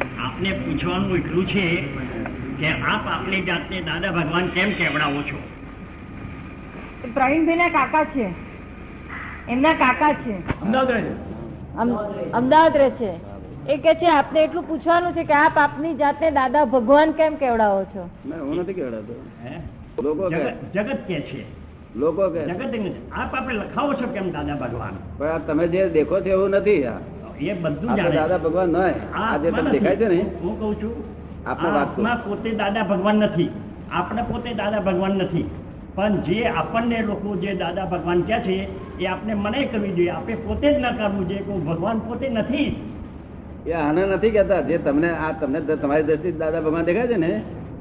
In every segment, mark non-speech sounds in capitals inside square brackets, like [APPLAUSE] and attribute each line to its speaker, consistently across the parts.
Speaker 1: આપને પૂછવાનું એટલું છે કે આપ આપની જાતને દાદા ભગવાન કેમ કેવડાવો છો
Speaker 2: પ્રવીણભાઈ ના કાકા છે એમના કાકા છે
Speaker 3: અમદાવાદ રહે છે.
Speaker 2: અમ- અમદાવાદ રહે છે એ કે છે આપને એટલું પૂછવાનું છે કે આપ આપની જાતને દાદા ભગવાન કેમ કેવડાવો છો
Speaker 4: ના હું નથી કેવડાવતો
Speaker 1: હે?
Speaker 4: લોકો કહે
Speaker 1: જગત જગત કે છે
Speaker 4: લોકો કહે છે.
Speaker 1: જગત એમ- આપ આપણે લખાવો છો કેમ દાદા ભગવાન
Speaker 4: પણ આ તમે જે દેખો છો એવું નથી આ
Speaker 1: એ બધું
Speaker 4: આપણા
Speaker 1: જાણે
Speaker 4: દાદા
Speaker 1: છે.
Speaker 4: ભગવાન નય
Speaker 1: આ
Speaker 4: આ જે
Speaker 1: આત્મા
Speaker 4: તમને
Speaker 1: નથી.
Speaker 4: દેખાય છે ને
Speaker 1: હું કહું છું
Speaker 4: આપને
Speaker 1: આ
Speaker 4: વાત કરું.
Speaker 1: આત્મા પોતે દાદા ભગવાન નથી આપણે પોતે દાદા ભગવાન નથી પણ જે આપણને લોકો જે દાદા ભગવાન કહે છે એ આપણે મનાઈ કરવી જોઈએ આપણે પોતે જ ન કરવું જોઈએ કોઈ ભગવાન પોતે નથી જ.
Speaker 4: એ આને નથી કહેતા જે તમને આ તમને દ- તમારી દ્રષ્ટિ દાદા ભગવાન દેખાય છે ને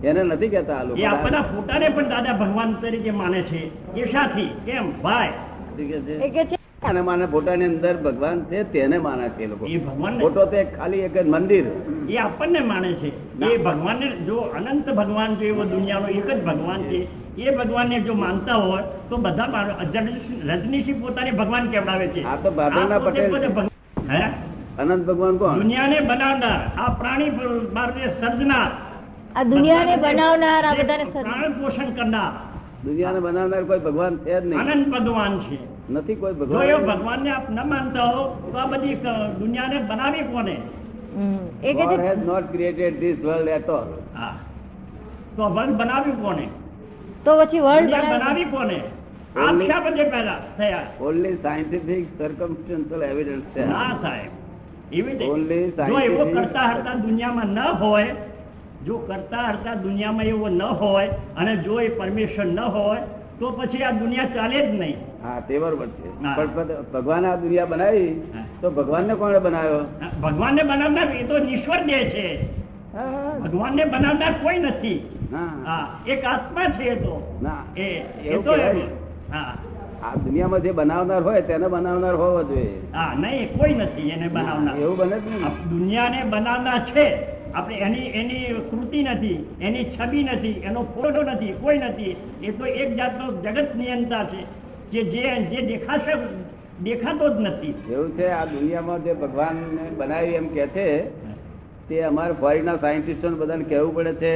Speaker 4: એને નથી કહેતા આ લોકો
Speaker 1: એ આપણા પોતાને પણ દાદા ભગવાન તરીકે માને છે એ સાથી કેમ ભાઈ
Speaker 4: શું કહે છે?
Speaker 2: એ કે છે
Speaker 4: અને માને પોતાની અંદર ભગવાન છે તેને માને છે એ લોકો
Speaker 1: એ ભગવાન
Speaker 4: ફોટો તો એક ખાલી એક જ મંદિર
Speaker 1: એ આપણને માને છે
Speaker 4: ના.
Speaker 1: એ ભગવાનને જો અનંત ભગવાન જો એવો દુનિયાનો એક જ ભગવાન છે એ ભગવાનને જો માનતા હોય તો બધા માનો- રજનીશી- રજનીશી પોતાને ભગવાન કેવડાવે છે
Speaker 4: આ તો બાબરના
Speaker 1: આ પોતે
Speaker 4: પટેલ
Speaker 1: પોતે
Speaker 4: છે.
Speaker 1: ભગ- હે?
Speaker 4: અનંત ભગવાન કોણ
Speaker 1: દુનિયાને બનાવનાર આ પ્રાણી પર- મારને સર્જનાર
Speaker 2: આ દુનિયાને બનાવનાર આ બધાને સર્જનાર.
Speaker 1: પ્રાણ પોષણ કરનાર
Speaker 4: દુનિયાને બનાવનાર કોઈ ભગવાન છે જ નહીં
Speaker 1: અનંત ભગવાન છે
Speaker 4: નથી કોઈ
Speaker 1: જો એ
Speaker 4: ભગવાન
Speaker 1: ભગવાનને આપ ન માનતા હો તો આ બધી ક- દુનિયાને બનાવી કોને
Speaker 2: હમ. એ કે
Speaker 4: God
Speaker 2: છે
Speaker 4: has not created this world at all.
Speaker 1: હા તો વર્ગ બનાવી કોને
Speaker 2: તો પછી વર્લ્ડ
Speaker 1: દુનિયા બનાવી કોને
Speaker 4: Only-
Speaker 1: આખા બધે પેદા થયા
Speaker 4: Only scientific circumstantial evidence છે.
Speaker 1: ના સાહેબ એવી
Speaker 4: Only
Speaker 1: રીતે જો એવો
Speaker 4: scientific-
Speaker 1: કરતા હરતા દુનિયામાં ન હોય જો કરતા હરતા દુનિયામાં એવો ન હોય અને જો એ પરમિશન ન હોય તો પછી આ દુનિયા ચાલે જ નહીં
Speaker 4: હા તે બરોબર છે
Speaker 1: ના.
Speaker 4: પણ પદ- ભગવાને આ દુનિયા બનાવી
Speaker 1: હા.
Speaker 4: તો ભગવાનને કોણે બનાવ્યો
Speaker 1: ભગવાનને બનાવનાર એ તો ઈશ્વર દે છે
Speaker 4: હા.
Speaker 1: ભગવાનને બનાવનાર કોઈ નથી
Speaker 4: ના
Speaker 1: હા એક આત્મા છે એ તો
Speaker 4: ના.
Speaker 1: એ એ
Speaker 4: એવું
Speaker 1: તો
Speaker 4: કહેવાય?
Speaker 1: એમ. હા
Speaker 4: આ દુનિયામાં જે બનાવનાર હોય તેને બનાવનાર હોવો જોઈએ
Speaker 1: હા નહીં કોઈ નથી એને બનાવનાર
Speaker 4: એવું બને જ નહીં
Speaker 1: આ દુનિયાને બનાવનાર છે આપણે એની એની કૃતિ નથી એની છબી નથી એનો ફોટો નથી કોઈ નથી એ તો એક જાતનો જગત નિયંતા છે કે જે જે દેખાશે દેખાતો જ નથી
Speaker 4: એવું છે આ દુનિયામાં જે ભગવાનને બનાવી એમ કે છે તે અમારે ફોરેનના સાયન્ટિસ્ટોને બધાને કહેવું પડે છે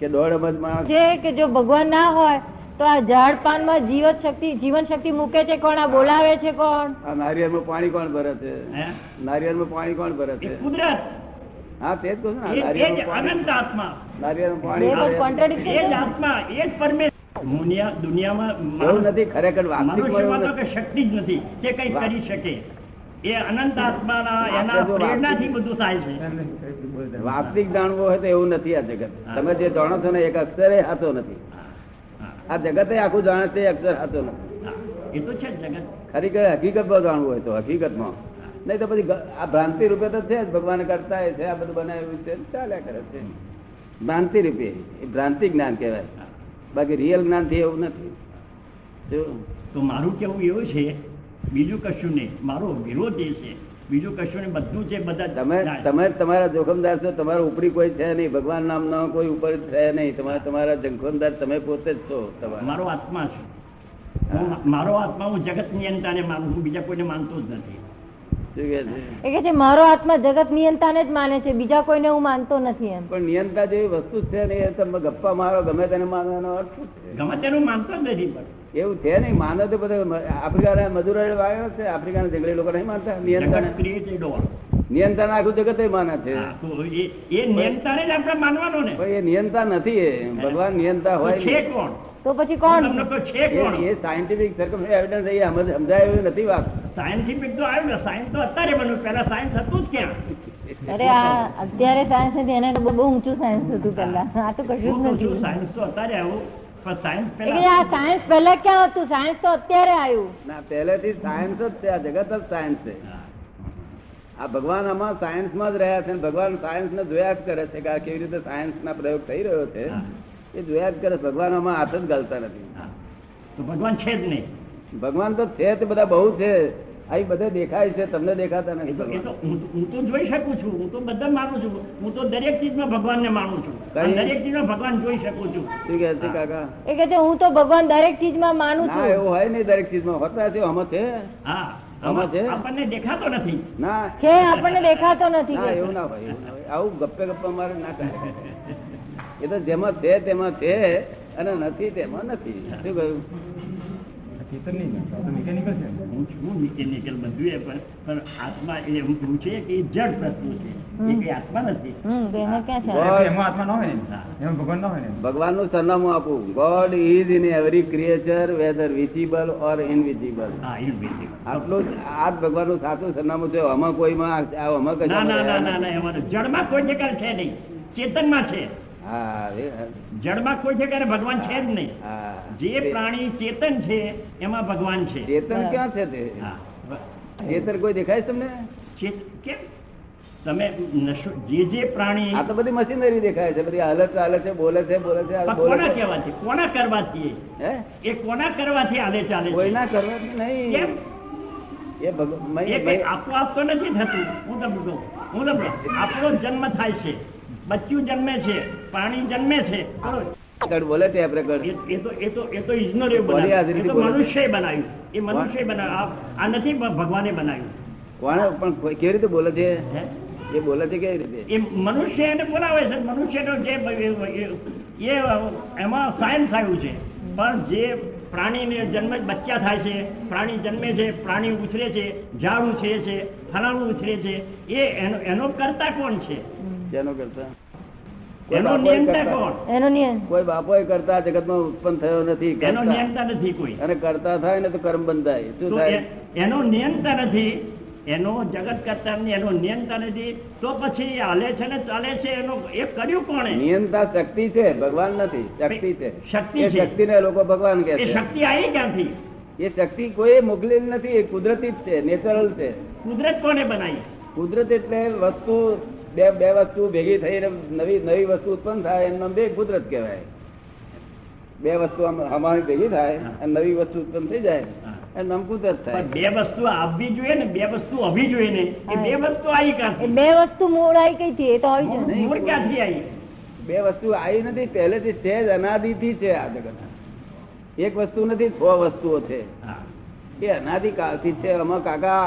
Speaker 4: કે દોઢ અબજ માણસ
Speaker 2: છે કે જો ભગવાન ના હોય તો આ ઝાડ પાનમાં જીવન શક્તિ જીવન શક્તિ મૂકે છે કોણ આ બોલાવે છે કોણ
Speaker 4: આ નારિયેળમાં પાણી કોણ ભરે છે
Speaker 1: હે?
Speaker 4: નારિયેળમાં પાણી કોણ ભરે
Speaker 1: એ
Speaker 4: છે
Speaker 1: કુદરત
Speaker 4: હા તે જ કહું છું ને, આ
Speaker 1: એ- એ જ
Speaker 4: નારિયેળનું પાણી-
Speaker 1: અનંત આત્મા
Speaker 4: નારિયેળનું
Speaker 2: એ
Speaker 4: પાણી
Speaker 2: બધું
Speaker 4: ભરે છે.
Speaker 2: contradiction
Speaker 1: એ જ આત્મા એ જ પરમેશ્વર દુનિયા દુનિયામાં
Speaker 4: એવું
Speaker 1: માણસ-
Speaker 4: નથી ખરેખર વાસ્તવિકમાં એવું
Speaker 1: મનુષ્યમાં તો
Speaker 4: નથી.
Speaker 1: કે શક્તિ જ નથી જે કઈ
Speaker 4: વાહ.
Speaker 1: કરી શકે એ અનંત આત્માના એના
Speaker 4: આપણે જો
Speaker 1: પ્રેરણાથી
Speaker 4: વાસ્તવિક-
Speaker 1: બધું થાય છે
Speaker 3: એમ નહીં, કઈ બી બોલતા.
Speaker 4: વાસ્તવિક જાણવું હોય તો એવું નથી આ જગત તમે જે જાણો છો ને એક અક્ષરે હાથો નથી
Speaker 1: હા,
Speaker 4: આ જગતે આખું જાણે છે એ અક્ષર હાથો નથી
Speaker 1: હા. એ તો છે જ જગત
Speaker 4: ખરેખર હકીકતમાં જાણવું હોય તો હકીકતમાં નહીં તો પછી ગ- આ ભ્રાંતિ રૂપે તો છે જ ભગવાન કરતા એ છે આ બધું બનાવ્યું છે ચાલ્યા કરે છે ભ્રાંતિ રૂપે એ ભ્રાંતિ જ્ઞાન કહેવાય બાકી રિયલ જ્ઞાન થી એવું નથી જો,
Speaker 1: તો મારું કેવું એવું છે બીજું કશું નહીં મારો વિરોધ એ છે બીજું કશું નહીં બધું છે બધા
Speaker 4: તમે
Speaker 1: જાય.
Speaker 4: તમે તમારા જોખમદાર છો તમારા ઉપરી કોઈ છે નહીં ભગવાન નામનો કોઈ ઉપર છે નહીં તમારા તમારા જોખમદાર તમે પોતે જ છો તમારા
Speaker 1: મારો આત્મા છે હું- મારો આત્મા હું જગત નિયંતાને માનું હું બીજા કોઈને માનતો જ નથી
Speaker 4: શું કહે છે
Speaker 2: એ કે છે મારો આત્મા જગત નિયંતાને જ માને છે બીજા કોઈને હું માનતો નથી એમ
Speaker 4: પણ નિયંતા જેવી વસ્તુ જ છે ને એ તમે ગપ્પા મારો ગમે તેને માનવાનો અર્થ શું
Speaker 1: ગમે તેનું માનતો જ નથી પણ
Speaker 4: છે એવું છે નહીં માનો તો બધા મ- આફ્રિકાના મજૂરો વાયો છે આફ્રિકાના જંગલી લોકો નહીં માનતા નિયંત્રણ
Speaker 1: જગત created all.
Speaker 4: નિયંત્રણ આખું જગત માને છે
Speaker 1: હા, તો એ- એ નિયંતાને જ આપણે માનવાનો ને
Speaker 4: પણ એ નિયંતા નથી એ ભગવાન નિયંતા
Speaker 1: તો
Speaker 4: હોય
Speaker 1: છે
Speaker 4: નહીં.
Speaker 1: કોણ
Speaker 2: તો પછી કોણ
Speaker 1: તમને કહો છે
Speaker 4: એ-
Speaker 1: કોણ
Speaker 4: એ સાયન્ટિફિક સરકમ એવિડન્સ એ સમજ- સમજાય એવું નથી વાત
Speaker 1: સાયન્ટિફિક તો આવ્યું ને સાયન્સ તો અત્યારે બન્યું પહેલા સાયન્સ હતું જ ક્યાં
Speaker 2: અરે આ અત્યારે સાયન્સ નથી એને તો બહુ ઊંચું સાયન્સ હતું પહેલા આ તો કશું
Speaker 1: હું કહું
Speaker 2: જ
Speaker 1: છું,
Speaker 2: નથી
Speaker 1: સાયન્સ તો અત્યારે આવ્યું પણ સાયન્સ
Speaker 2: એ કે આ
Speaker 1: પહેલા
Speaker 2: સાયન્સ પહેલા ક્યાં હતું સાયન્સ તો અત્યારે આવ્યું
Speaker 4: ના પહેલેથી સાયન્સ જ છે આ જગત જ સાયન્સ છે
Speaker 1: હા.
Speaker 4: આ ભગવાન આમાં સાયન્સમાં જ રહ્યા છે અને ભગવાન સાયન્સને જોયા જ કરે છે કે આ કેવી રીતે સાયન્સના પ્રયોગ થઈ રહ્યો છે
Speaker 1: હા.
Speaker 4: એ જોયા જ કરે છે. ભગવાન આમાં હાથ જ ગાલતા નથી
Speaker 1: હા. તો ભગવાન છે જ નહીં
Speaker 4: ભગવાન તો છે તે બધા બહુ છે અહીં બધે દેખાય છે તમને દેખાતા
Speaker 1: એ
Speaker 4: નથી
Speaker 1: તો- એ તો
Speaker 4: ભગવાન.
Speaker 1: હું તો- હું તો જોઈ શકું છું હું તો બધા માનું છું હું તો દરેક ચીજમાં ભગવાનને માનું છું અને
Speaker 4: કઈ?
Speaker 1: દરેક ચીજમાં ભગવાન જોઈ શકું છું
Speaker 4: શું કહે છે કાકા
Speaker 2: એ કે છે હું તો ભગવાન દરેક ચીજમાં માનું
Speaker 4: ના
Speaker 2: છું
Speaker 4: એવું હોય નહીં દરેક ચીજમાં હોતા છે આમાં છે
Speaker 1: હા
Speaker 4: આમાં છે
Speaker 1: આપણને દેખાતો નથી
Speaker 4: ના
Speaker 2: છે આપણને દેખાતો નથી
Speaker 4: ના એવું ના ભાઈ એવું ના હોય. આવું ગપ્પે ગપ્પા મારે ના કરે એ તો જેમાં છે તેમાં છે અને નથી તેમાં નથી શું કહ્યું
Speaker 1: હું છું મિકેનિકલ બધું એ પણ પણ આત્મા એ હું કહું છે કે એ જડ વસ્તુ છે એ
Speaker 2: હમ.
Speaker 1: કઈ આત્મા નથી
Speaker 2: હમ બેને ક્યાં છે
Speaker 4: God-
Speaker 3: ભગવાન
Speaker 4: ભગવાનનું સરનામું આપું God is in every creature whether visible or invisible
Speaker 1: હા, એ બિલકુલ.
Speaker 4: આટલું જ આ જ ભગવાનનું સાચું સરનામું છે આમાં કોઈમાં આ આમાં
Speaker 1: ના ના ના ના
Speaker 4: કશામાં
Speaker 1: ના એમાં તો જડમાં કોઈ જગ્યાએ છે નહીં ચેતનમાં છે
Speaker 4: હા એ-
Speaker 1: જડમાં કોઈ જગ્યાએ ભગવાન છે જ નહીં
Speaker 4: હા.
Speaker 1: જે પ્રાણી ચેતન છે એમાં ભગવાન છે
Speaker 4: ચેતન ક્યાં છે તે
Speaker 1: હા.
Speaker 4: ચેતન કોઈ દેખાય છે તમને
Speaker 1: ચેત- કેમ તમે નશો જે જે પ્રાણી
Speaker 4: આ તો બધી મશીનરી દેખાય છે બધી હાલત હાલત છે બોલે છે બોલે છે
Speaker 1: પણ
Speaker 4: હાલત બોલે
Speaker 1: કોના
Speaker 4: છે
Speaker 1: કહેવાથી કોના કરવાથી
Speaker 4: હે
Speaker 1: એ કોના કરવાથી હાલે ચાલે છે
Speaker 4: કોઈના કરવાથી
Speaker 1: કેમ
Speaker 4: નહીં એ ભગ-
Speaker 1: એ
Speaker 4: મય-
Speaker 1: કઈ
Speaker 4: મય-
Speaker 1: આપોઆપ તો નથી થતું હું તમને કહું હું તમને કહું. આપણો જન્મ થાય છે બચ્ચું જન્મે છે પાણી જન્મે છે બરોબર?
Speaker 4: record બોલે છે tape record.
Speaker 1: એ- એ તો એ તો એ તો ઇજનોરે
Speaker 4: બોલી
Speaker 1: બનાવ્યું એ
Speaker 4: હાજરીથી
Speaker 1: તો
Speaker 4: બોલે છે.
Speaker 1: મનુષ્યએ બનાવ્યું એ મનુષ્ય બનાવ્યું આ- આ નથી બ- ભગવાને બનાવ્યું
Speaker 4: કોણે પણ કોઈ- કેવી રીતે બોલે છે
Speaker 1: હે?
Speaker 4: એ બોલે છે કેવી રીતે
Speaker 1: એ મનુષ્ય એને બોલાવે છે મનુષ્યનો જે બ- એ એ- એ એમાં સાયન્સ આવ્યું છે પણ જે પ્રાણીને જન્મ જ બચ્ચા થાય છે પ્રાણી જન્મે છે પ્રાણી ઉછરે છે ઝાડ ઉછરે છે ફલાણું ઉછરે છે એ એનો એનો કરતા કોણ છે
Speaker 4: જેનો કરતા કોઈ
Speaker 1: એનો
Speaker 4: બાપોએ
Speaker 1: નિયંતા
Speaker 4: કરતા
Speaker 1: કોણ
Speaker 2: એનો નિયમ
Speaker 4: કોઈ બાપોએ કરતા જગતમાં ઉત્પન્ન થયો નથી
Speaker 1: એનો
Speaker 4: કરતા.
Speaker 1: નિયંતા નથી કોઈ
Speaker 4: અને કરતા થાય ને તો કર્મ બંધાય શું
Speaker 1: તો
Speaker 4: થાય
Speaker 1: એ- એનો નિયંતા નથી એનો જગત કરતા એનો નિયંતા નથી તો પછી હાલે છે ને ચાલે છે એનો એ કર્યું કોણે
Speaker 4: નિયંતા શક્તિ છે ભગવાન નથી શક્તિ છે
Speaker 1: શક્તિ
Speaker 4: એ
Speaker 1: છે.
Speaker 4: શક્તિને લોકો ભગવાન કહે
Speaker 1: એ
Speaker 4: છે
Speaker 1: શક્તિ આવી ક્યાંથી
Speaker 4: એ શક્તિ કોઈ મોકલેલી નથી એ કુદરતી જ છે નેચરલ છે
Speaker 1: કુદરત કોને બનાવી
Speaker 4: કુદરત એટલે વસ્તુ બે બે વસ્તુ ભેગી થઈને નવી નવી વસ્તુ ઉત્પન્ન થાય એનું નામ બે કુદરત કહેવાય બે વસ્તુ આમ હમારી ભેગી થાય
Speaker 1: હા.
Speaker 4: અને નવી વસ્તુ ઉત્પન્ન થઈ જાય
Speaker 1: હા.
Speaker 4: એનું નામ કુદરત થાય
Speaker 1: પણ બે વસ્તુ આવવી જોઈએ ને બે વસ્તુ આવવી જોઈએ ને એ બે વસ્તુ આવી
Speaker 2: એ
Speaker 1: ક્યાંથી
Speaker 2: બે વસ્તુ મૂળ આવી કઈ થી એ તો આવી જ
Speaker 4: નહીં.
Speaker 1: મૂળ ક્યાંથી આવી
Speaker 4: બે વસ્તુ આવી નથી પહેલેથી છે જ અનાદિથી છે આ જગત એક વસ્તુ નથી સો વસ્તુઓ છે
Speaker 1: હા.
Speaker 4: એ અનાદિકાળથી જ છે આમાં કાકા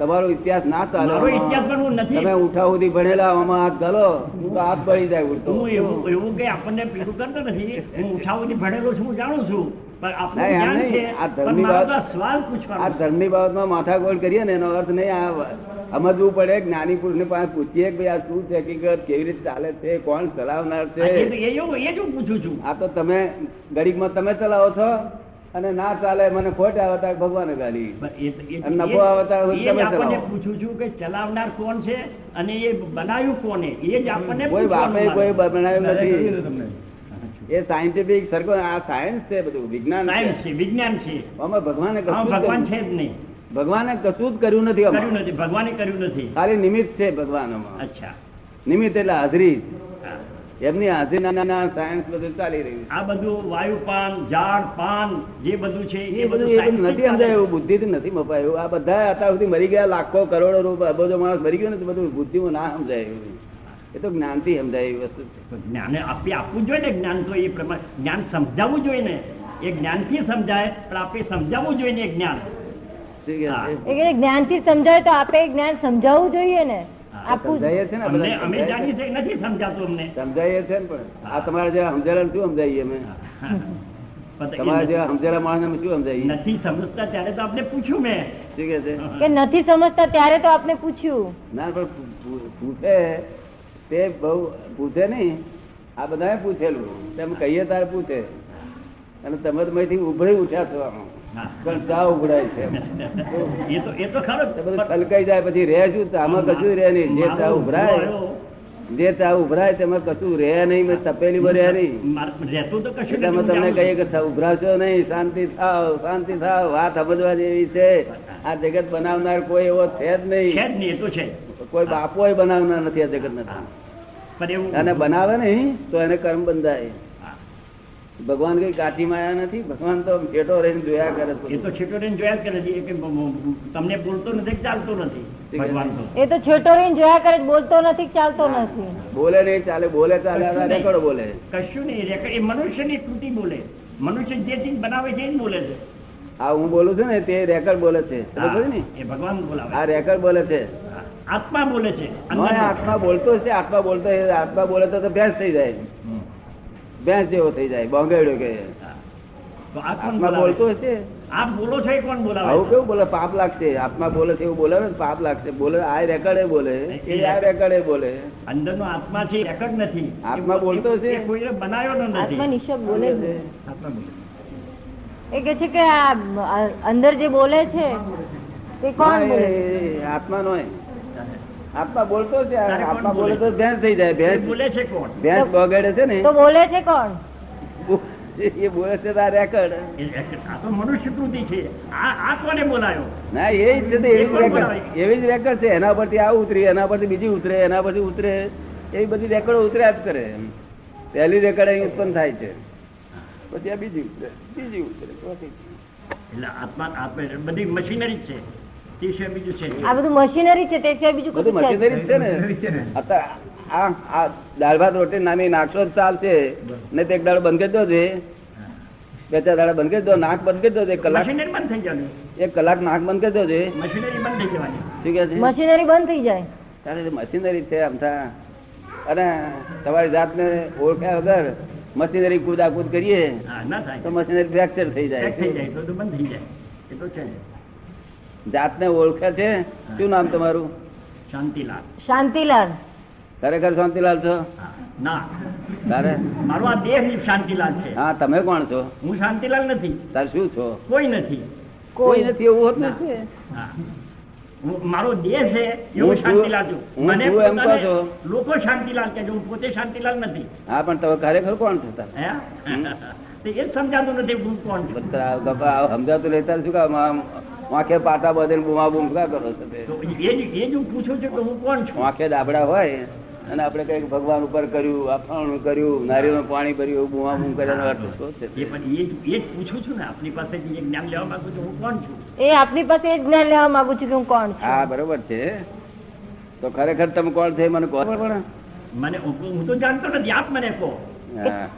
Speaker 4: તમારો ઇતિહાસ ના ચાલે
Speaker 1: મારો ઇતિહાસ પણ હું નથી.
Speaker 4: તમે ઉઠા સુધી ભણેલા આમાં હાથ ઘાલો તો હાથ બળી જાય ઉઠતો
Speaker 1: હું એવું એવું કઈ આપણને પીડું કરતો નથી હું ઉઠાવથી ભણેલો છું હું જાણું છું પણ આપણું
Speaker 4: નહીં, એમ
Speaker 1: જ્ઞાન
Speaker 4: નહીં.
Speaker 1: છે
Speaker 4: આ
Speaker 1: પણ
Speaker 4: ધર્મની
Speaker 1: મારો તો
Speaker 4: વાત-
Speaker 1: આ સવાલ પૂછવાનો
Speaker 4: આ
Speaker 1: છે.
Speaker 4: ધર્મની બાબતમાં માથાકોડ કરીએ ને એનો અર્થ નહીં આ સમજવું પડે જ્ઞાની પુરુષને પાસે પૂછીએ કે ભાઈ આ શું છે હકીકત કેવી રીતે ચાલે છે કોણ ચલાવનાર
Speaker 1: આજે તો
Speaker 4: છે
Speaker 1: એ એવું- એ જ હું પૂછું છું
Speaker 4: આ તો તમે ગરીબમાં તમે ચલાવો છો અને ના ચાલે મને ખોટ આવે તો ભગવાને ગાલી
Speaker 1: પણ એ- એ-
Speaker 4: અને નફો આવે ત્યારે
Speaker 1: એ જ
Speaker 4: તમે
Speaker 1: આપણને
Speaker 4: ચલાવો.
Speaker 1: પૂછું છું કે ચલાવનાર કોણ છે અને એ બનાવ્યું કોને એ જ આપણને
Speaker 4: કોઈ બાપે
Speaker 1: પૂછવાનું
Speaker 4: કોઈ
Speaker 1: મારે.
Speaker 4: બનાવ્યું નથી એ સાયન્ટિફિક સરખો આ સાયન્સ છે બધું વિજ્ઞાન
Speaker 1: સાયન્સ
Speaker 4: છે
Speaker 1: છે વિજ્ઞાન છે
Speaker 4: આમાં ભગવાને
Speaker 1: હા,
Speaker 4: કશું જ
Speaker 1: ભગવાન
Speaker 4: કર્યું-
Speaker 1: છે જ નહીં
Speaker 4: ભગવાને કશું જ કર્યું નથી આમાં.
Speaker 1: કર્યું નથી ભગવાને કર્યું નથી
Speaker 4: ખાલી નિમિત્ત છે ભગવાન આમાં.
Speaker 1: અચ્છા
Speaker 4: નિમિત્ત એટલે હાજરી
Speaker 1: હા.
Speaker 4: એમની હાજરી ના- ના ના સાયન્સ બધું ચાલી રહ્યું છે
Speaker 1: આ બધું વાયુપાન ઝાડ પાન જે બધું છે
Speaker 4: એ બધું એ બધું નથી સમજાય એવું બુદ્ધિથી નથી મપાય એવું આ બધા અત્યાર સુધી મરી ગયા લાખો કરોડો રૂપિયા અબજો માણસ મરી ગયો ને તો બધું બુદ્ધિમાં ના સમજાય એવું એ તો જ્ઞાનથી સમજાય એવી વસ્તુ છે
Speaker 1: તો જ્ઞાને આપી આપવું જોઈએ ને જ્ઞાન તો એ પ્રમાણે જ્ઞાન સમજાવવું જોઈએ ને એ જ્ઞાનથી સમજાય પણ આપણે સમજાવવું જોઈએ ને એ જ્ઞાન
Speaker 4: શું કહે
Speaker 1: હા.
Speaker 4: છે?
Speaker 2: એ જ્ઞાન થી સમજાય તો આપણે એ જ્ઞાન સમજાવવું જોઈએ ને આપવું
Speaker 4: સમજાય છે ને આ
Speaker 1: અમને
Speaker 4: બધા
Speaker 1: અમે જાણીએ
Speaker 4: સમજાય
Speaker 1: છીએ નથી સમજાતું અમને
Speaker 4: છે? સમજાય છે ને પણ આ તમારા જેવા સમજેલા ને શું સમજાવીએ અમે
Speaker 1: પણ એ
Speaker 4: તમારા જેવા સમજેલા માણસ અમે શું સમજાવીએ
Speaker 1: નથી સમજતા ત્યારે તો આપણે પૂછ્યું મેં
Speaker 4: શું કે છે
Speaker 2: કે નથી સમજતા ત્યારે તો આપણે પૂછ્યું
Speaker 4: ના પણ પૂ- પૂ- પૂછે તે બહુ પૂછે નહીં આ બધાએ પૂછેલું તમે કહીએ તારે પૂછે અને તમે તો અહીંથી ઉભરી ઉઠ્યા છો આમાં
Speaker 1: હા.
Speaker 4: પણ ચા ઉભરાય છે
Speaker 1: એ તો એ તો ખરો જ.
Speaker 4: તો બધું છલકાઈ જાય પછી રહે શું આમાં કશું રહે નહીં જે ચા ઉભરાય જે ચા ઉભરાય તેમાં કશું રહે નહીં મેં તપેલી માં રહે નહીં
Speaker 1: મારું રહેતું તો કશું
Speaker 4: એટલે અમે
Speaker 1: નથી, હું
Speaker 4: તમને
Speaker 1: જાણું
Speaker 4: કહીએ
Speaker 1: છું.
Speaker 4: કે ચા ઉભરાશો નહીં શાંતિ થાવ શાંતિ થાવ વાત સમજવા જેવી છે આ જગત બનાવનાર કોઈ એવો છે જ
Speaker 1: છે
Speaker 4: નહીં
Speaker 1: જ નહીં, એ તો છે જ.
Speaker 4: કોઈ બાપોય બનાવનાર નથી આ જગત નથી
Speaker 1: પણ એવું
Speaker 4: અને બનાવે નહીં તો એને કર્મ બંધાય
Speaker 1: હા.
Speaker 4: ભગવાન કઈ કાઠી માયા નથી ભગવાન તો છેટો રહીને જોયા કરે છે.
Speaker 1: એ તો છેટો રહીને જોયા જ કરે છે એ કે બ- બ- તમને બોલતો નથી કે ચાલતો નથી ભગવાન તો
Speaker 2: એ તો છેટો રહીને જોયા કરે છે, બોલતો નથી કે ચાલતો નથી
Speaker 4: બોલે નહીં ચાલે બોલે ચાલે
Speaker 1: કશું
Speaker 4: આ
Speaker 1: નહીં.
Speaker 4: રેકોર્ડ બોલે
Speaker 1: કશું નહીં રેક- એ મનુષ્યની ત્રુટિ બોલે મનુષ્ય જે ચીજ બનાવે છે એ જ બોલે છે
Speaker 4: આ હું બોલું છું ને તે રેકર્ડ બોલે છે ખબર પડી ને
Speaker 1: એ ભગવાન
Speaker 4: આ
Speaker 1: બોલાવે
Speaker 4: રેકર્ડ બોલે છે
Speaker 1: હા. આત્મા બોલે છે
Speaker 4: મને આત્મા બોલતો છે આત્મા બોલતો એ આત્મા બોલે તો તો ભેંસ થઈ જાય
Speaker 1: હમ.
Speaker 4: ભેંસ જેવો થઈ જાય બોંગેડો કે
Speaker 1: હા. તો આ કોણ
Speaker 4: આત્મા
Speaker 1: બોલાવે
Speaker 4: બોલતો
Speaker 1: છે?
Speaker 4: છે
Speaker 1: આપ બોલો છો એ કોણ બોલાવે
Speaker 4: આવું
Speaker 1: છે?
Speaker 4: કેવું બોલે પાપ લાગશે આત્મા બોલે છે એવું બોલાવે ને પાપ લાગશે બોલે આ રેકર્ડે બોલે એ આ રેકર્ડે બોલે
Speaker 1: અંદરનો આત્મા છે એકડ નથી
Speaker 4: આત્મા
Speaker 1: એ-
Speaker 4: બોલતો છે?
Speaker 1: એ કોઈને બનાવ્યો
Speaker 2: આત્મા
Speaker 1: નથી
Speaker 2: નિશબ્દ બોલે છે
Speaker 1: આત્મા બોલે છે.
Speaker 2: એ કે છે કે આ આ અંદર જે બોલે છે તે કોણ બોલે છે?
Speaker 4: આત્મા નો આત્મા બોલતો છે
Speaker 1: તારે કોણ
Speaker 4: આત્મા
Speaker 1: બોલે
Speaker 4: બોલે તો ભેંસ થઈ જાય
Speaker 1: એ
Speaker 4: ભેંસ
Speaker 1: બોલે છે કોણ
Speaker 4: ભેંસ બગડે છે ને
Speaker 2: તો બોલે છે કોણ
Speaker 4: એ બોલે છે તો આ રેકર્ડ
Speaker 1: એ એકડ. આ તો મનુષ્ય કૃતિ છે આ આ કોને બોલાયો
Speaker 4: ના એ જ છે તે એવી જ રેકર્ડ એવી જ રેકર્ડ છે એના પરથી આ ઉતરી એના પરથી બીજી ઉતરે એના પરથી ઉતરે એવી બધી રેકર્ડો ઉતર્યા જ કરે પહેલી રેકર્ડ અહીં ઉત્પન્ન થાય છે પછી આ બીજી ઉતરે બીજી ઉતરે પછી.
Speaker 1: એટલે આત્મા આત્મા બધી મશીનરી જ છે તે છે બીજું છે નહીં.
Speaker 2: આ બધું મશીનરી છે તે છે બીજું
Speaker 4: બધું
Speaker 2: કશું છે જ નહીં.
Speaker 4: મશીનરી જ છે ને
Speaker 3: છે ને
Speaker 4: અત્યારે આ આ દાળ ભાત રોટી નામે નાખશો જ ચાલશે ને તે એક દાડો બંધ કરી દો છે બે ચાર દાડા બંધ કરી દો નાક બંધ કરી દો છે. એક કલાક
Speaker 1: મશીનરી બંધ થઈ જવાનું
Speaker 4: એક કલાક નાક બંધ કરી દો છે
Speaker 1: મશીનરી બંધ થઈ જવાની
Speaker 4: શું કહે છે
Speaker 2: મશીનરી બંધ થઈ જાય
Speaker 4: તારે તો મશીનરી છે આમથા અને તમારી જાતને ઓળખ્યા વગર મશીનરી કુદાકૂદ કરીએ
Speaker 1: હા ના થાય
Speaker 4: તો મશીનરી ફ્રેક્ચર થઈ
Speaker 1: Check થઈ
Speaker 4: જાય
Speaker 1: જાય તો તો બંધ થઈ જાય એ તો છે જ.
Speaker 4: જાતને ઓળખે છે શું નામ તમારું
Speaker 1: શાંતિલાલ
Speaker 2: શાંતિલાલ
Speaker 4: ખરેખર શાંતિલાલ છો
Speaker 1: હા. ના
Speaker 4: તારે
Speaker 1: મારો આ દેહ ની શાંતિલાલ છે
Speaker 4: હા તમે કોણ છો
Speaker 1: હું શાંતિલાલ નથી
Speaker 4: તારે શું છો
Speaker 1: કોઈ નથી
Speaker 4: કોઈ નથી એવું હોત
Speaker 1: ના.
Speaker 4: નથી
Speaker 1: હા. હું- મારો દેહ છે એ
Speaker 4: હું
Speaker 1: હું
Speaker 4: છું-
Speaker 1: શાંતિલાલ છું
Speaker 4: હું
Speaker 1: મને
Speaker 4: છું એમ કહો
Speaker 1: પોતાને
Speaker 4: છો.
Speaker 1: લોકો શાંતિલાલ કે છે હું પોતે શાંતિલાલ નથી
Speaker 4: હા પણ તમે ખરેખર કોણ છો તારે
Speaker 1: હે [LAUGHS] તો એ જ સમજાતું નથી હું કોણ છું
Speaker 4: બધા ગભા સમજાતું નહીં તારે શું કામ આમ વાંખે પાટા બધે બુમા બૂમ કા કરો છો તે?
Speaker 1: તો એ જ એ જ હું પૂછું છું કે હું કોણ છું
Speaker 4: વાંખે દાબડા હોય અને આપણે કઈક ભગવાન ઉપર કર્યું આફાણું કર્યું નારિયેળનું પાણી ભર્યું બુમા બૂમ કર્યાનો અર્થ શું છે
Speaker 1: એ પણ એ જ- એ જ પૂછું છું ને આપની પાસેથી જે જ્ઞાન લેવા માંગુ છું હું કોણ છું
Speaker 2: એ આપની પાસે એ જ્ઞાન લેવા માંગુ છું કે હું કોણ
Speaker 4: હા
Speaker 2: છું
Speaker 4: બરોબર છે તો ખરેખર તમે કોણ છે એ મને કહો પણ
Speaker 1: મને હું તો જાણતો નથી આપ મને કહો
Speaker 4: હા.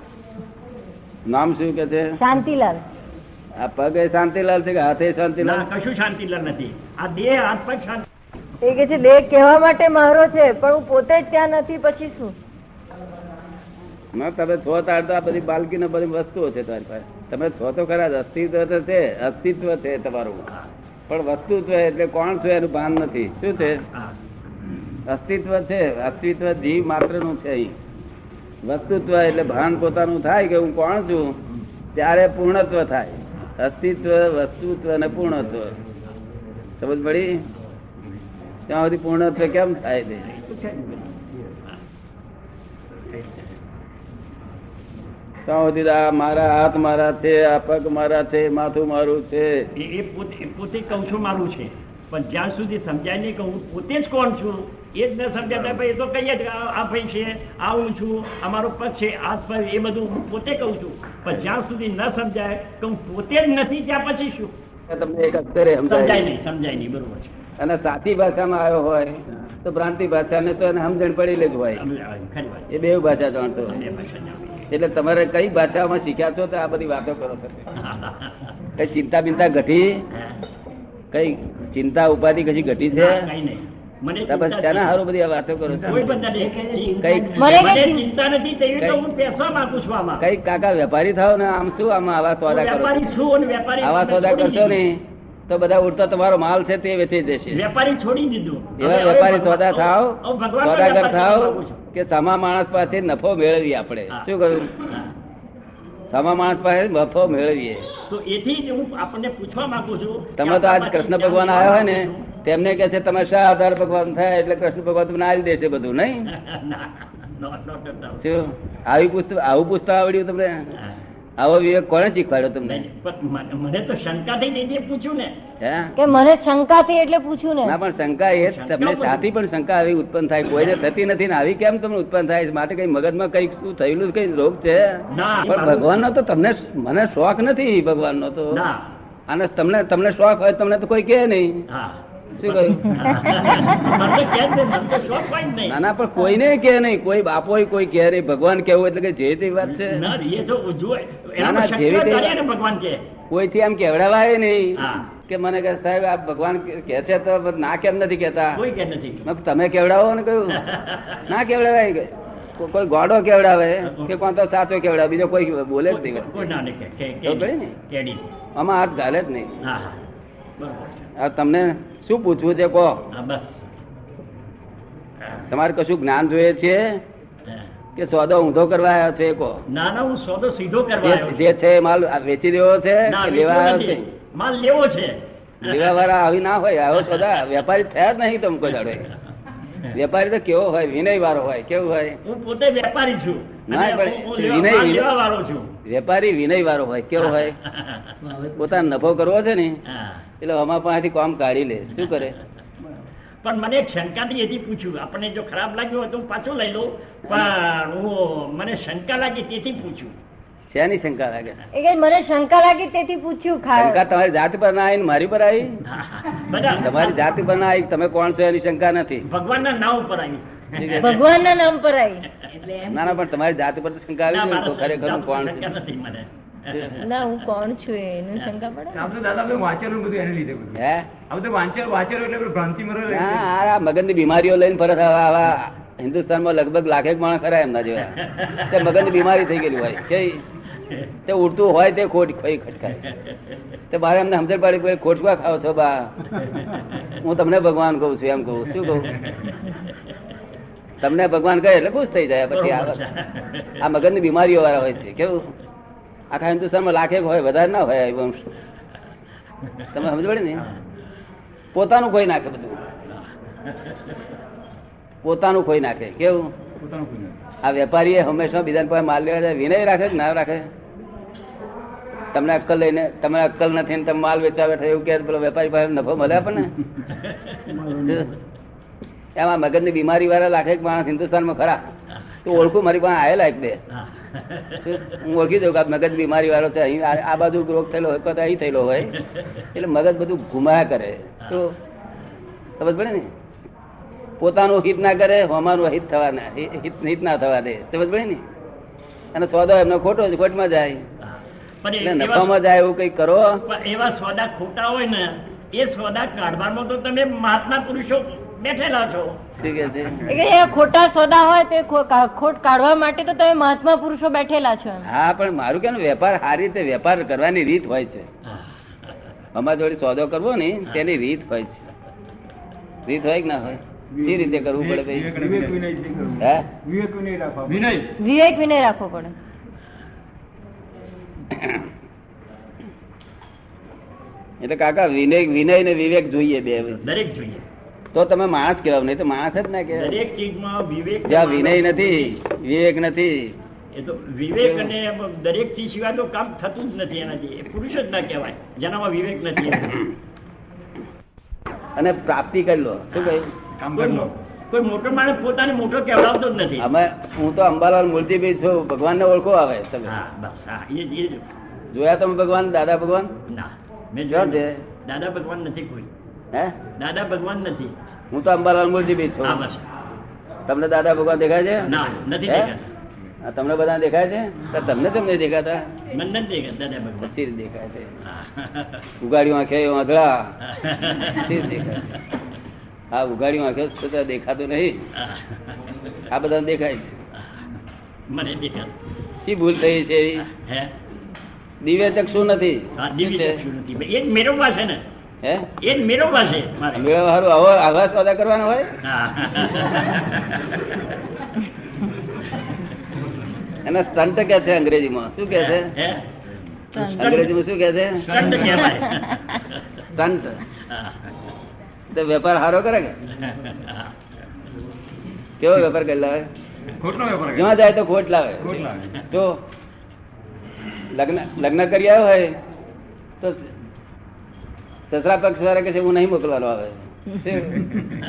Speaker 4: નામ શું કે છે
Speaker 2: શાંતિલાલ
Speaker 4: આ પગે શાંતિલાલ છે કે હાથે શાંતિલાલ
Speaker 1: ના કશું શાંતિલાલ નથી આ દેહ હાથ પગ શાંતિ
Speaker 2: એ કે છે દેહ કહેવા માટે મારો છે પણ હું પોતે જ ત્યાં નથી પછી શું
Speaker 4: ના તમે છો તાર તો આ બધી બાલકી ને બધી વસ્તુઓ છે તમારી પાસે તમે છો તો ખરા જ, અસ્તિત્વ તો છે અસ્તિત્વ છે તમારું પણ વસ્તુ છે એટલે કોણ છે એનું ભાન નથી શું છે
Speaker 1: હા.
Speaker 4: અસ્તિત્વ છે અસ્તિત્વ જીવ માત્રનું છે અહીં વસ્તુત્વ એટલે ભાન પોતાનું થાય કે હું કોણ છું ત્યારે પૂર્ણત્વ થાય અસ્તિત્વ વસ્તુત્વ અને પૂર્ણત્વ સમજ પડી ત્યાં સુધી પૂર્ણત્વ કેમ થાય છે
Speaker 1: એ તો છે જ ને. હા.
Speaker 4: ત્યાં સુધી આ મારા હાથ મારા છે આ પગ મારા છે માથું મારું છે
Speaker 1: એ એ પોતે એ પોતે કહું છું મારું છે પણ જ્યાં સુધી સમજાય નહીં કે હું પોતે જ કોણ છું એ જ ન સમજાતા ભાઈ એ તો કહીએ જ આ આ ભાઈ છે આ હું છું અમારો પગ છે આ પગ એ બધું હું પોતે કહું છું પણ જ્યાં સુધી ન સમજાય કે હું પોતે જ નથી ત્યાં પછી શું
Speaker 4: તમને એક અક્ષરે સમજાય
Speaker 1: સમજાય
Speaker 4: નહીં.
Speaker 1: નહીં સમજાય નહીં બરોબર છે
Speaker 4: અને સાચી ભાષામાં આવ્યો હોય તો ભ્રાંતિ ભાષાને તો એને સમજણ પડેલી જ હોય
Speaker 1: સમજાય, ખરી વાત છે.
Speaker 4: એ બે ભાષા જાણતો હોય.
Speaker 1: બે ભાષા જાણીએ.
Speaker 4: એટલે તમારે કઈ ભાષામાં શીખ્યા છો તો આ બધી વાતો કરો છો કઈ ચિંતા બિંતા ઘટી
Speaker 1: હા.
Speaker 4: કઈ ચિંતા ઉપાધિ કશી ઘટી છે
Speaker 1: ના, કાંઈ નહીં. મને
Speaker 4: તો બસ
Speaker 1: ચિંતા
Speaker 4: શેના
Speaker 1: નથી.
Speaker 4: હારું બધી આ વાતો કરો છો
Speaker 1: કોઈ પણ નથી.
Speaker 4: કઈ-
Speaker 2: મને કઈ
Speaker 1: મને
Speaker 2: ચિં-
Speaker 1: ચિંતા નથી તેવી તો
Speaker 4: કઈ-
Speaker 1: હું પૈસા માંગુ છું આમાં
Speaker 4: કઈ કાકા વેપારી થાવ ને આમ શું આમાં આવા
Speaker 1: હું
Speaker 4: સોદા કરો
Speaker 1: વેપારી
Speaker 4: છો?
Speaker 1: છું અને વેપારી
Speaker 4: આવા
Speaker 1: તમને
Speaker 4: સોદા
Speaker 1: છોડી
Speaker 4: કરશો
Speaker 1: દીધું.
Speaker 4: નહીં તો બધા ઉડતો તમારો માલ છે તે વેચી જશે
Speaker 1: વેપારી છોડી દીધું
Speaker 4: એવા
Speaker 1: હવે- હવે
Speaker 4: વેપારી
Speaker 1: ભગવાન-
Speaker 4: સોદા થાવ
Speaker 1: હવે ભગવાનનો
Speaker 4: સોદાગર
Speaker 1: વેપાર
Speaker 4: થાવ
Speaker 1: કરવા માંગુ છું.
Speaker 4: કે સામા માણસ પાસે નફો મેળવીએ આપણે
Speaker 1: હા.
Speaker 4: શું કહ્યું
Speaker 1: હા.
Speaker 4: સામા માણસ પાસે નફો મેળવીએ
Speaker 1: તો એથી જ હું આપણને પૂછવા માંગુ છું કે
Speaker 4: તમે તો આજ
Speaker 1: આપણામાંથી
Speaker 4: કૃષ્ણ
Speaker 1: ક્યાં
Speaker 4: ભગવાન આવ્યા હોય ને
Speaker 1: માંગુ
Speaker 4: તેમને કે છે તમે શા આધાર ભગવાન થાય એટલે કૃષ્ણ ભગવાન તમને આવી દેશે બધું નહીં
Speaker 1: છું? [LAUGHS] ના, not- not at all.
Speaker 4: શું આવી પુસ્તક આવું પુસ્તક આવડ્યું તમને
Speaker 1: હા.
Speaker 4: આવો વિવેક કોણે શીખવાડ્યો તમને
Speaker 1: નહીં, પણ મને- મને તો શંકા થઈ ગઈ એટલે પૂછ્યું ને
Speaker 4: હે
Speaker 2: કે મને શંકા થઈ એટલે પૂછ્યું ને
Speaker 4: ના પણ શંકા એ તમને સાથી પણ શંકા આવી ઉત્પન્ન થાય કોઈને થતી નથી ને આવી કેમ તમને ઉત્પન્ન થાય છે? માટે કઈ મગજમાં કઈ શું થયેલું કઈ રોગ છે
Speaker 1: ના.
Speaker 4: પણ ભગવાનનો તો તમને મને શોખ નથી ભગવાનનો તો
Speaker 1: ના
Speaker 4: અને તમને તમને શોખ હોય તમને તો કોઈ કહે નહીં
Speaker 1: હા
Speaker 4: શું કહ્યું
Speaker 1: [LAUGHS] મને કહે છે, મને તો શોખ હોય જ નહીં.
Speaker 4: ના ના પણ કોઈને કે નહીં કોઈ બાપોય કોઈ કે નહીં ભગવાન કેવું એટલે કે જે તે વાત છે
Speaker 1: ના, એ તો જુએ.
Speaker 4: ના,
Speaker 1: એનામાં
Speaker 4: ના, જેવી
Speaker 1: શક્ય
Speaker 4: રીતે-
Speaker 1: કરે ને ભગવાન કે
Speaker 4: કોઈથી આમ કેવડાવાય નહીં
Speaker 1: હા.
Speaker 4: કે મને કે સાહેબ આ ભગવાન કે છે તો ના કેમ નથી કેતા
Speaker 1: કોઈ કે નથી
Speaker 4: મેં કીધું, તમે કેવડાવો ને કહ્યું ના કેવડાવાય કે કો- કોઈ ગોડો કેવડાવે કે કોણ તો સાચો કેવડાવે બીજો કોઈ બોલે જ નહીં
Speaker 1: કોઈ ના નહીં કે- કે-
Speaker 4: તો કઈ
Speaker 1: કેડી.
Speaker 4: નહીં.
Speaker 1: કેડી.
Speaker 4: આમાં હાથ ઘાલે જ નહીં
Speaker 1: હા હા. બરોબર છે.
Speaker 4: આ તમને શું પૂછવું છે કહો
Speaker 1: હા બસ હા,
Speaker 4: તમારે કશું જ્ઞાન જોઈએ છે
Speaker 1: હા.
Speaker 4: કે સોદો ઊંધો કરવા આવ્યો છે એ કહો
Speaker 1: ના ના હું સોદો સીધો કરવા
Speaker 4: જે
Speaker 1: આવ્યો
Speaker 4: જે
Speaker 1: છું.
Speaker 4: છે એ માલ આ વેચી દેવો છે
Speaker 1: ના,
Speaker 4: કે લેવા
Speaker 1: વેચવો
Speaker 4: આવ્યો છે
Speaker 1: નથી. માલ લેવો છે
Speaker 4: લેવા વાળા આવી ના હોય આવો સોદા વેપારી થયા જ નહીં તમે કોઈ દાડો વેપારી તો કેવો હોય વિનય વાળો હોય કેવું હોય
Speaker 1: [LAUGHS] હું પોતે વેપારી છું
Speaker 4: ના,
Speaker 1: અને
Speaker 4: પણ
Speaker 1: હું- હું
Speaker 4: વિનય-
Speaker 1: લેવા- માલ
Speaker 4: વિનય.
Speaker 1: લેવાવાળો છું
Speaker 4: વેપારી વિનય વાળો હોય કેવો હોય પોતાનો નફો કરવો છે ને
Speaker 1: [LAUGHS] હા.
Speaker 4: એટલે અમારા પાસેથી કામ કાઢી લે શું કરે
Speaker 1: પણ મને એક શંકાથી એથી પૂછ્યું આપણને જો ખરાબ લાગ્યું હોય તો હું પાછો લઈ લઉં પણ હું મને શંકા લાગી તેથી પૂછ્યું
Speaker 4: શેની શંકા લાગે
Speaker 2: એ કઈ મને શંકા લાગી તેથી પૂછ્યું
Speaker 4: શંકા
Speaker 2: ખા
Speaker 4: તમારી જાત પર ના આવી ને મારી પર આવી
Speaker 1: બધા
Speaker 4: તમારી જાત પર ના આવી તમે કોણ છો એની શંકા નથી
Speaker 1: ભગવાનના નામ ઉપર આવી
Speaker 4: ઠીક છે?
Speaker 2: ભગવાનના નામ પર આવી
Speaker 4: ના ના પણ તમારી જાત પર તો શંકા આવી
Speaker 1: ના,
Speaker 4: ગઈ ને
Speaker 1: મારા
Speaker 4: તો ખરેખર હું કોણ છું
Speaker 1: શંકા નથી મને
Speaker 2: ના હું કોણ છું એનું શંકા પડે
Speaker 3: આમ તો દાદા બધું વાંચેલું બધું એને લીધે બધું
Speaker 4: હે
Speaker 3: આમ તો વાંચેલું વાંચેલું એટલે પેલું ભ્રાંતિમાં રહેલું
Speaker 4: ના,
Speaker 3: એટલે.
Speaker 4: આ મગનની બીમારીઓ લઈને ફરત આવા આવા હિન્દુસ્તાનમાં લગભગ લાખેક માણસ ખરા એમના જેવા તે મગનની બીમારી થઈ ગયેલી હોય કેવી? તે ઉડતું હોય તે ખોટ ખોઈ ખટકાય તે મારે એમને સમજણ પાડી કે ભાઈ ખોટવા ખાવ છો બા હું તમને ભગવાન કહું છું એમ કહું શું કહું તમને ભગવાન કહે એટલે ખુશ થઈ જાય પછી આ
Speaker 1: બરોબર
Speaker 4: આ મગનની બીમારીઓ વાળા હોય છે કેવું આખા હિન્દુસ્તાનમાં લાખેક હોય વધારે ના હોય એ વંશ તમે સમજ પડી ને પોતાનું ખોઈ નાખે બધું પોતાનું ખોઈ નાખે કેવું
Speaker 3: પોતાનું કોઈ નથી.
Speaker 4: આ વેપારીએ હંમેશા બીજાને પાસે માલ લેવા જાય વિનય રાખે કે ના રાખે તમને અક્કલ લઈને તમે અક્કલ નથી ને તમે માલ વેચાવે છે એવું કે પેલો વેપારી પાસે નફો મળે આપણને એમાં મગજની બીમારી વાળા લાખે એક માણસ હિન્દુસ્તાનમાં ખરા તો ઓળખું મારી પાસે આવેલા એક બે
Speaker 1: હા.
Speaker 4: હું ઓળખી દઉં કે આ મગજ બીમારી વાળો છે અહીં આ આ બાજુ રોગ થયેલો હોય તો અહીં થયેલો હોય એટલે મગજ બધું ઘુમાયા કરે તો સમજ પડે ને પોતાનું હિત ના કરે હોમાનું હિત થવા ના હિત હિત ના થવા દે સમજ પડે ને અને સોદો એમનો ખોટો જ ખોટમાં જાય
Speaker 1: હા. પણ
Speaker 4: એટલે
Speaker 1: એ- એવા-
Speaker 4: નફામાં જાય એવું કઈ કરો
Speaker 1: પણ એવા સોદા ખોટા હોય ને એ સોદા કાઢવામાં તો તમે મહાત્મા પુરુષો બેઠેલા છો
Speaker 4: શું કે છે
Speaker 2: એ કઈ એવા ખોટા સોદા હોય તે ખો- કા- ખોટ કાઢવા માટે તો તમે મહાત્મા પુરુષો બેઠેલા છો એમ.
Speaker 4: હા પણ મારું કેનું વેપાર સારી રીતે વેપાર કરવાની રીત હોય છે અમારા જોડે સોદો કરવો ને તેની રીત હોય છે રીત હોય કે ના હોય એ રીતે કરવું પડે ભાઈ
Speaker 3: વિવેક વિનય થી કરવું.
Speaker 4: હે
Speaker 3: વિવેક વિનય રાખવા વિનય
Speaker 2: વિવેક વિનય રાખવો પડે
Speaker 4: એટલે કાકા વિનય વિનય ને વિવેક જોઈએ બે
Speaker 1: દરેક જોઈએ
Speaker 4: તો તમે માણસ કહેવાય નહીં તો માણસ જ ના કહેવાય
Speaker 1: દરેક ચીજમાં વિવેક
Speaker 4: જ્યાં વિનય નથી વિવેક નથી
Speaker 1: એ તો વિવેક અને દરેક ચીજ સિવાય તો કામ થતું જ નથી એનાથી એ પુરુષ જ ના કહેવાય જેનામાં વિવેક નથી
Speaker 4: અને પ્રાપ્તિ કરી લો શું કહ્યું
Speaker 3: કામ
Speaker 1: કોઈ
Speaker 3: કરી લો
Speaker 1: મો- કોઈ મોટો માણસ પોતાને મોટો કહેવડાવતો જ નથી
Speaker 4: અમે હું તો અંબાલાલ મૂર્તિભાઈ છું ભગવાનને ઓળખો આવે તમે
Speaker 1: હા બસ હા એ જ- એ જ.
Speaker 4: જોયા તમે ભગવાન દાદા ભગવાન
Speaker 1: ના મેં
Speaker 4: ક્યાં
Speaker 1: જોયું.
Speaker 4: છે?
Speaker 1: દાદા ભગવાન નથી કોઈ
Speaker 4: હે
Speaker 1: દાદા ભગવાન નથી
Speaker 4: હું તો અંબાલાલ મૂર્તિભાઈ
Speaker 1: હા
Speaker 4: છું
Speaker 1: બસ
Speaker 4: તમને દાદા ભગવાન દેખાય છે
Speaker 1: ના નથી
Speaker 4: હે?
Speaker 1: દેખાતા
Speaker 4: આ તમને બધા દેખાય છે તો તમને તમને દેખાતા
Speaker 1: મને નથી દેખાતા દાદા ભગવાન
Speaker 4: પછી દેખાય છે
Speaker 1: હા.
Speaker 4: ઉગાડ્યું આંખે આંધળા પછી દેખાય આ ઉગાડ્યું આંખે છતાં દેખાતું નહીં આ બધાને દેખાય છે
Speaker 1: મને દેખાતું
Speaker 4: શી ભૂલ થઈ છે એવી?
Speaker 1: હે
Speaker 4: દિવ્ય ચક્ષુ નથી
Speaker 1: હા દિવ્ય ચક્ષુ
Speaker 4: શું
Speaker 1: નથી એ જ મેળવવા છે ને
Speaker 4: છે? હે
Speaker 1: એ જ મેળવવા છે મારે
Speaker 4: મેળવવા હારું આવો આવા સોદા કરવાનો હોય એને સ્ટન્ટ કે છે અંગ્રેજીમાં શું કે છે અંગ્રેજીમાં શું કે છે સ્ટન્ટ તો વેપાર હારો કરે કે કેવો વેપાર કરી લાવે
Speaker 3: ખોટનો વેપાર કરે.
Speaker 4: જ્યાં જાય તો ખોટ લાવે
Speaker 3: ખોટ લાગે.
Speaker 4: જો લગ્ન લગ્ન કરી આવ્યો હોય તો સસરા પક્ષ વાળા કે છે હું નહીં મોકલવાનો આવે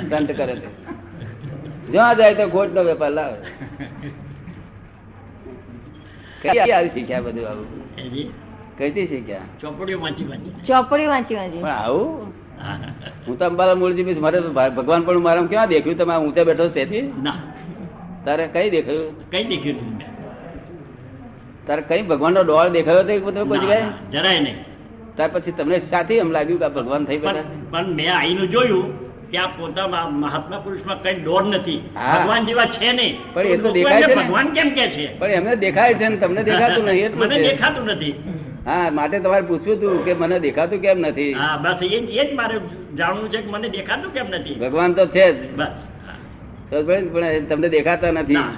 Speaker 4: સ્ટન્ટ કરે છે જ્યાં જાય તો ખોટનો વેપાર લાવે કઈ આવી શીખ્યા બધું આવું કઈથી શીખ્યા
Speaker 1: ચોપડીઓ વાંચી વાંચી
Speaker 2: ચોપડી વાંચી વાંચી
Speaker 4: પણ આવું હું તો અંબાલા મૂળજી બીજ મારે તો ભા- ભગવાન પણ મારા ક્યાં દેખ્યું તમે આ ઊંચે બેઠો છો તેથી
Speaker 1: ના
Speaker 4: તારે કઈ દેખાયું
Speaker 1: કઈ દેખ્યું નહીં મેં.
Speaker 4: તારે કઈ ભગવાનનો ડોળ દેખાયો હતો એક બધો કોઈ
Speaker 1: ના,
Speaker 4: જગ્યાએ
Speaker 1: ના, જરાય નહીં
Speaker 4: ત્યાર પછી તમને સાથી એમ લાગ્યું કે આ ભગવાન થઈ
Speaker 1: પણ
Speaker 4: બેઠા
Speaker 1: પણ મેં આઈનું જોયું કે આ પોતાના મહાત્મા પુરુષમાં કઈ દોડ નથી
Speaker 4: હા.
Speaker 1: ભગવાન જેવા છે નહીં
Speaker 4: પણ એ તો
Speaker 1: લોકો
Speaker 4: દેખાય
Speaker 1: એમને
Speaker 4: છે ને.
Speaker 1: ભગવાન કેમ કે છે
Speaker 4: પણ એમને દેખાય છે ને તમને દેખાતું નહીં એટલું
Speaker 1: મને
Speaker 4: છે
Speaker 1: દેખાતું નથી
Speaker 4: હા માટે તમારે પૂછ્યું હતું કે મને દેખાતું કેમ નથી
Speaker 1: હા બસ એ એ જ મારે જાણવું છે કે મને દેખાતું કેમ નથી
Speaker 4: ભગવાન તો છે જ
Speaker 1: બસ
Speaker 4: ખબર પડી ને? પણ એ તમને દેખાતા નથી
Speaker 1: ના.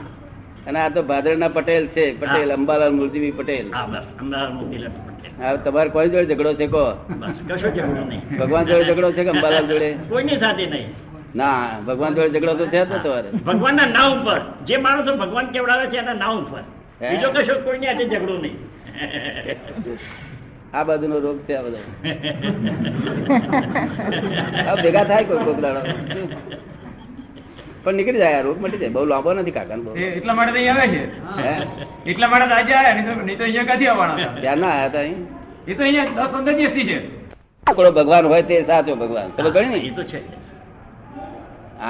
Speaker 4: અને આ તો ભાદરના પટેલ છે પટેલ
Speaker 1: હા.
Speaker 4: અંબાલાલ મૂર્તિભાઈ પટેલ
Speaker 1: હા બસ અમદાવાદ મોકલી લેતો પટેલ.
Speaker 4: હા તમારે કોઈ જોડે ઝઘડો છે કહો
Speaker 1: બસ કશો ઝઘડો નહીં
Speaker 4: ભગવાન જોડે ઝઘડો છે કે અંબાલાલ જોડે?
Speaker 1: કોઈની સાથે નહીં
Speaker 4: ના ભગવાન જોડે ઝઘડો તો છે જ ને તમારે
Speaker 1: ભગવાનના ના ઉપર જે માણસો ભગવાન કેવડાવે છે એના ના ઉપર
Speaker 4: હે?
Speaker 1: બીજો કશો કોઈની સાથે ઝઘડો નહીં
Speaker 4: આ બાજુનો રોગ છે આ બધો આ ભેગા થાય કોઈ કોક દાડો પણ નીકળી જાય આ રોગ મટી જાય બહુ લાંબો નથી કાકા બહુ
Speaker 3: એ એટલા માટે તો અહીં આવે છે
Speaker 4: હે
Speaker 3: એટલા માટે તો આજે આવ્યા નહીં તો- નહીં તો અહીંયા ક્યાંથી આવવાના હતા?
Speaker 4: ત્યાં ના આયા તા અહીં
Speaker 3: એ તો અહીંયા દસ પંદર દિવસથી
Speaker 4: [LAUGHS]
Speaker 3: છે
Speaker 4: રોકડો ભગવાન હોય તે સાચો ભગવાન ખબર પડી
Speaker 1: એ
Speaker 4: ને
Speaker 1: તો છે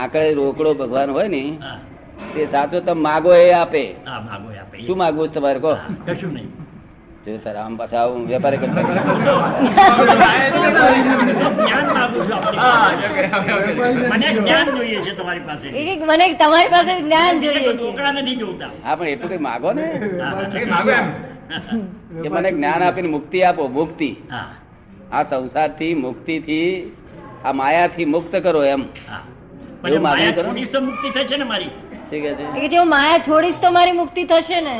Speaker 4: આંકડે રોકડો ભગવાન હોય ને
Speaker 1: હા
Speaker 4: તે સાચો તમે માગો એ આપે
Speaker 1: હા માગો એ આપે
Speaker 4: શું માગવું છે તમારે કહો
Speaker 1: હા, કશું નહીં
Speaker 4: જો તારે આમ પાછા આવું વેપારી કરતા
Speaker 1: Ah, જ્ઞાન માગું છું આપની
Speaker 3: હા,
Speaker 1: પાસે.
Speaker 3: Okay, okay, okay.
Speaker 1: મને જ્ઞાન જોઈએ છે તમારી પાસે
Speaker 2: એ કે મને તમારી પાસે જ્ઞાન જોઈએ છે
Speaker 1: ઢોકળા નથી જોતા
Speaker 4: હા પણ એટલું કઈ માગો ને
Speaker 3: એ માગો એમ
Speaker 4: કે મને જ્ઞાન આપીને મુક્તિ આપો મુક્તિ
Speaker 1: હા
Speaker 4: આ સંસારથી મુક્તિથી આ માયાથી મુક્ત કરો એમ
Speaker 1: હા
Speaker 4: એવું
Speaker 1: પણ
Speaker 4: માગણી
Speaker 1: માયા
Speaker 4: કરો?
Speaker 1: છોડીશ તો મુક્તિ થશે ને મારી
Speaker 4: શું કહે
Speaker 2: એ
Speaker 4: છે
Speaker 2: કે જો હું માયા છોડીશ તો મારી મુક્તિ થશે ને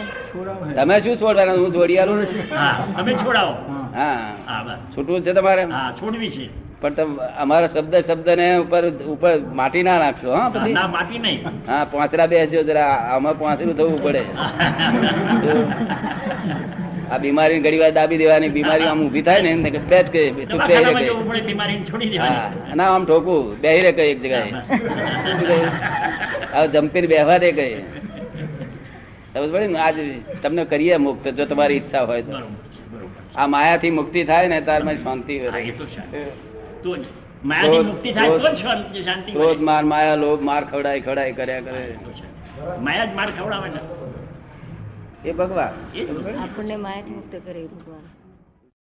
Speaker 4: તમે શું છોડવાના હું છોડી આલું ને?
Speaker 1: હા તમે છોડાવો
Speaker 4: હા
Speaker 1: હા બસ
Speaker 4: છૂટવું છે તમારે
Speaker 1: હા છોડવી છે
Speaker 4: પણ તમે અમારા શબ્દ શબ્દ ને ઉપર ઉપર માટી ના નાખશો હા
Speaker 1: હા,
Speaker 4: પછી
Speaker 1: ના માટી નહીં
Speaker 4: [LAUGHS] હા પાંચરા બેસજો જરા આમાં પાંચરું થવું પડે
Speaker 1: Ah.
Speaker 4: આ બીમારી ઘડી વાર દાબી દેવાની બીમારી આમ ઊભી થાય ને એને કે બે જ કહે, શું બે રહે
Speaker 1: દવાખાનામાં જવું
Speaker 4: કહે.
Speaker 1: પડે બીમારી છોડી દેવાની
Speaker 4: હા ના આમ ઠોકવું બેહી રે કહે એક જગ્યાએ શું
Speaker 1: [LAUGHS]
Speaker 4: કહ્યું? આવું જંપીને બેહવા દે કહે સમજ પડી ને આજ તમને કરીએ મુક્ત જો તમારી ઈચ્છા હોય તો
Speaker 1: બરોબર છે બરોબર છે.
Speaker 4: આ માયાથી મુક્તિ થાય ને તાર મારી શાંતિ
Speaker 1: હા,
Speaker 4: રહે
Speaker 1: એ તો શાંતિ. તો જ માયાથી
Speaker 4: ક્રોધ-
Speaker 1: મુક્તિ થાય તો જ
Speaker 4: ક્રોધ-
Speaker 1: શાંતિ શાંતિ મળે.
Speaker 4: ક્રોધ માર માયા લોભ માર ખવડાય ખવડાય કર્યા કરે
Speaker 1: એ તો છે. માયા જ માર ખવડાવે છે
Speaker 4: એ ભગવાન
Speaker 1: એ જ
Speaker 2: આપણને માયાથી મુક્ત કરે એ ભગવાન